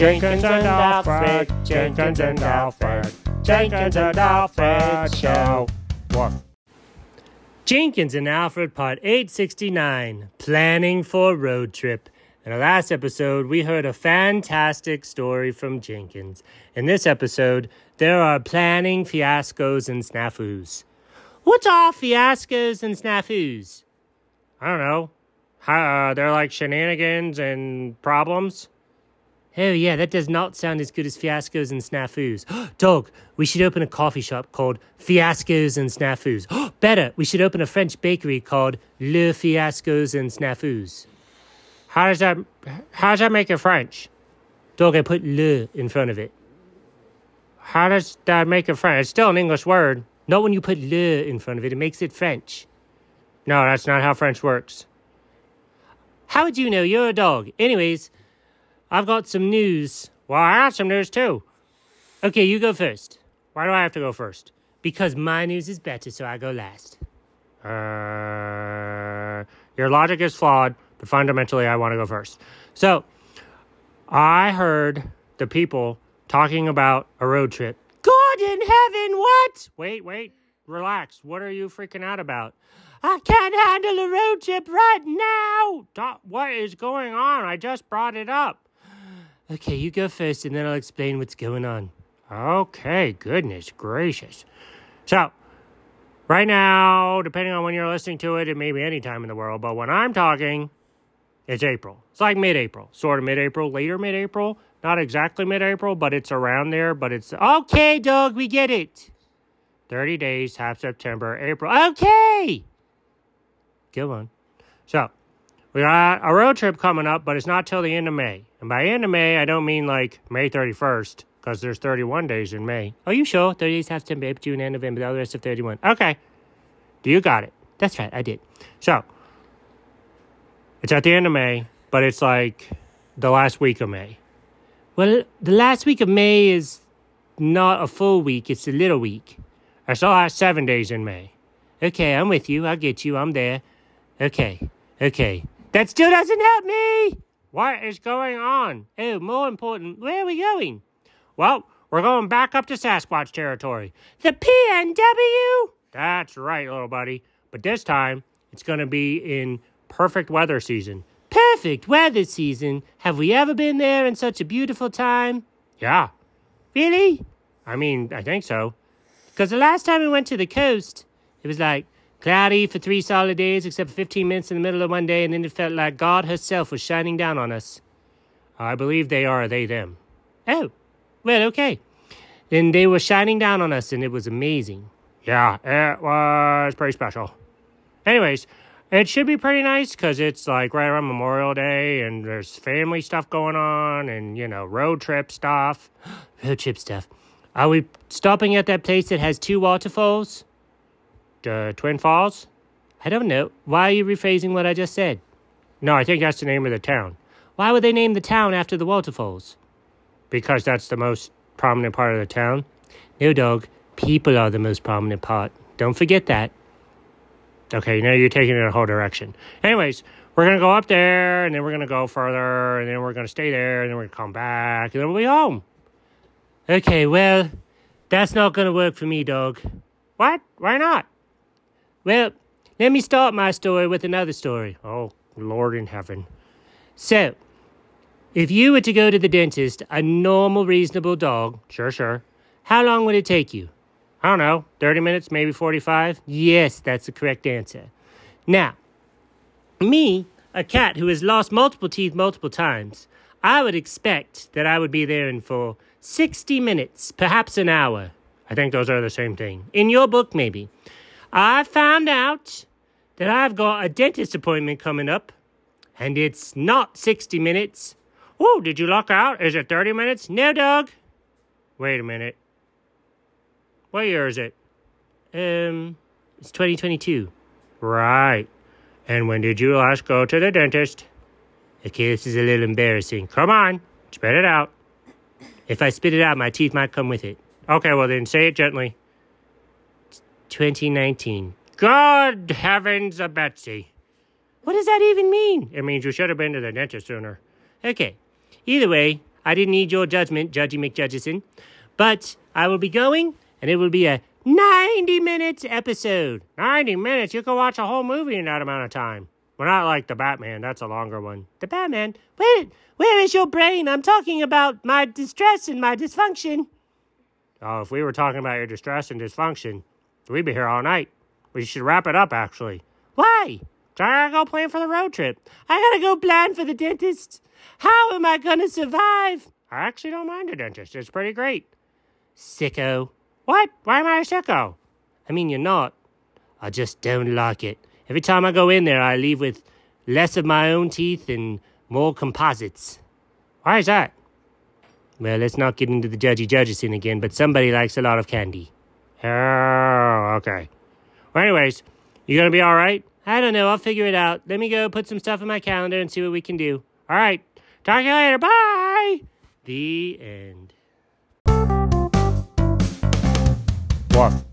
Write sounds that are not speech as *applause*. Jenkins and Alfred, Jenkins and Alfred, Jenkins and Alfred show. What? Jenkins and Alfred, Part 869 Planning for a Road Trip. In the last episode, we heard a fantastic story from Jenkins. In this episode, there are planning fiascos and snafus. What are fiascos and snafus? I don't know. Uh, they're like shenanigans and problems. Oh, yeah, that does not sound as good as fiascos and snafus. *gasps* Dog, we should open a coffee shop called Fiascos and Snafus. *gasps* Better, we should open a French bakery called Le Fiascos and Snafus. How does that, how does that make it French? Dog, I put le in front of it. How does that make it French? It's still an English word. Not when you put le in front of it, it makes it French. No, that's not how French works. How would you know? You're a dog. Anyways, I've got some news. Well, I have some news too. Okay, you go first. Why do I have to go first? Because my news is better, so I go last. Uh, your logic is flawed, but fundamentally, I want to go first. So, I heard the people talking about a road trip. God in heaven, what? Wait, wait, relax. What are you freaking out about? I can't handle a road trip right now. Doc, What is going on? I just brought it up. Okay, you go first, and then I'll explain what's going on. Okay, goodness gracious. So, right now, depending on when you're listening to it, it may be any time in the world, but when I'm talking, it's April. It's like mid April, sort of mid April, later mid April. Not exactly mid April, but it's around there, but it's okay, dog, we get it. 30 days, half September, April. Okay! Go on. So, we got a road trip coming up, but it's not till the end of May. And by end of May, I don't mean like May 31st, because there's 31 days in May. Are you sure? 30 days have to be June and November, the rest of 31. Okay. Do you got it? That's right, I did. So, it's at the end of May, but it's like the last week of May. Well, the last week of May is not a full week, it's a little week. I still have seven days in May. Okay, I'm with you. I get you. I'm there. Okay, okay. That still doesn't help me! What is going on? Oh, more important, where are we going? Well, we're going back up to Sasquatch territory. The PNW? That's right, little buddy. But this time, it's going to be in perfect weather season. Perfect weather season? Have we ever been there in such a beautiful time? Yeah. Really? I mean, I think so. Because the last time we went to the coast, it was like cloudy for three solid days, except for 15 minutes in the middle of one day, and then it felt like God herself was shining down on us. I believe they are they them. Oh, well, okay. Then they were shining down on us, and it was amazing. Yeah, it was pretty special. Anyways, it should be pretty nice because it's like right around Memorial Day, and there's family stuff going on, and you know, road trip stuff. *gasps* road trip stuff. Are we stopping at that place that has two waterfalls? uh, Twin Falls? I don't know. Why are you rephrasing what I just said? No, I think that's the name of the town. Why would they name the town after the waterfalls? Because that's the most prominent part of the town. No, dog. People are the most prominent part. Don't forget that. Okay, now you're taking it in a whole direction. Anyways, we're going to go up there, and then we're going to go further, and then we're going to stay there, and then we're going to come back, and then we'll be home. Okay, well, that's not going to work for me, dog. What? Why not? Well, let me start my story with another story. Oh, Lord in heaven. So, if you were to go to the dentist, a normal, reasonable dog, sure, sure, how long would it take you? I don't know, 30 minutes, maybe 45? Yes, that's the correct answer. Now, me, a cat who has lost multiple teeth multiple times, I would expect that I would be there in for 60 minutes, perhaps an hour. I think those are the same thing. In your book, maybe. I found out that I've got a dentist appointment coming up, and it's not 60 minutes. Oh, did you lock out? Is it 30 minutes? No, dog. Wait a minute. What year is it? Um, it's 2022. Right. And when did you last go to the dentist? Okay, this is a little embarrassing. Come on, spit it out. If I spit it out, my teeth might come with it. Okay, well then say it gently. 2019. God heavens, a Betsy. What does that even mean? It means you should have been to the dentist sooner. Okay. Either way, I didn't need your judgment, Judgy McJudgeson. But I will be going, and it will be a 90 minutes episode. 90 minutes? You can watch a whole movie in that amount of time. Well, not like the Batman. That's a longer one. The Batman? Where, where is your brain? I'm talking about my distress and my dysfunction. Oh, if we were talking about your distress and dysfunction, we'd be here all night. We should wrap it up, actually. Why? I gotta go plan for the road trip. I gotta go plan for the dentist. How am I gonna survive? I actually don't mind the dentist. It's pretty great. Sicko. What? Why am I a sicko? I mean, you're not. I just don't like it. Every time I go in there, I leave with less of my own teeth and more composites. Why is that? Well, let's not get into the judgy judgy scene again, but somebody likes a lot of candy. Oh, okay. Well, anyways, you gonna be all right? I don't know. I'll figure it out. Let me go put some stuff in my calendar and see what we can do. All right. Talk to you later. Bye. The end. What?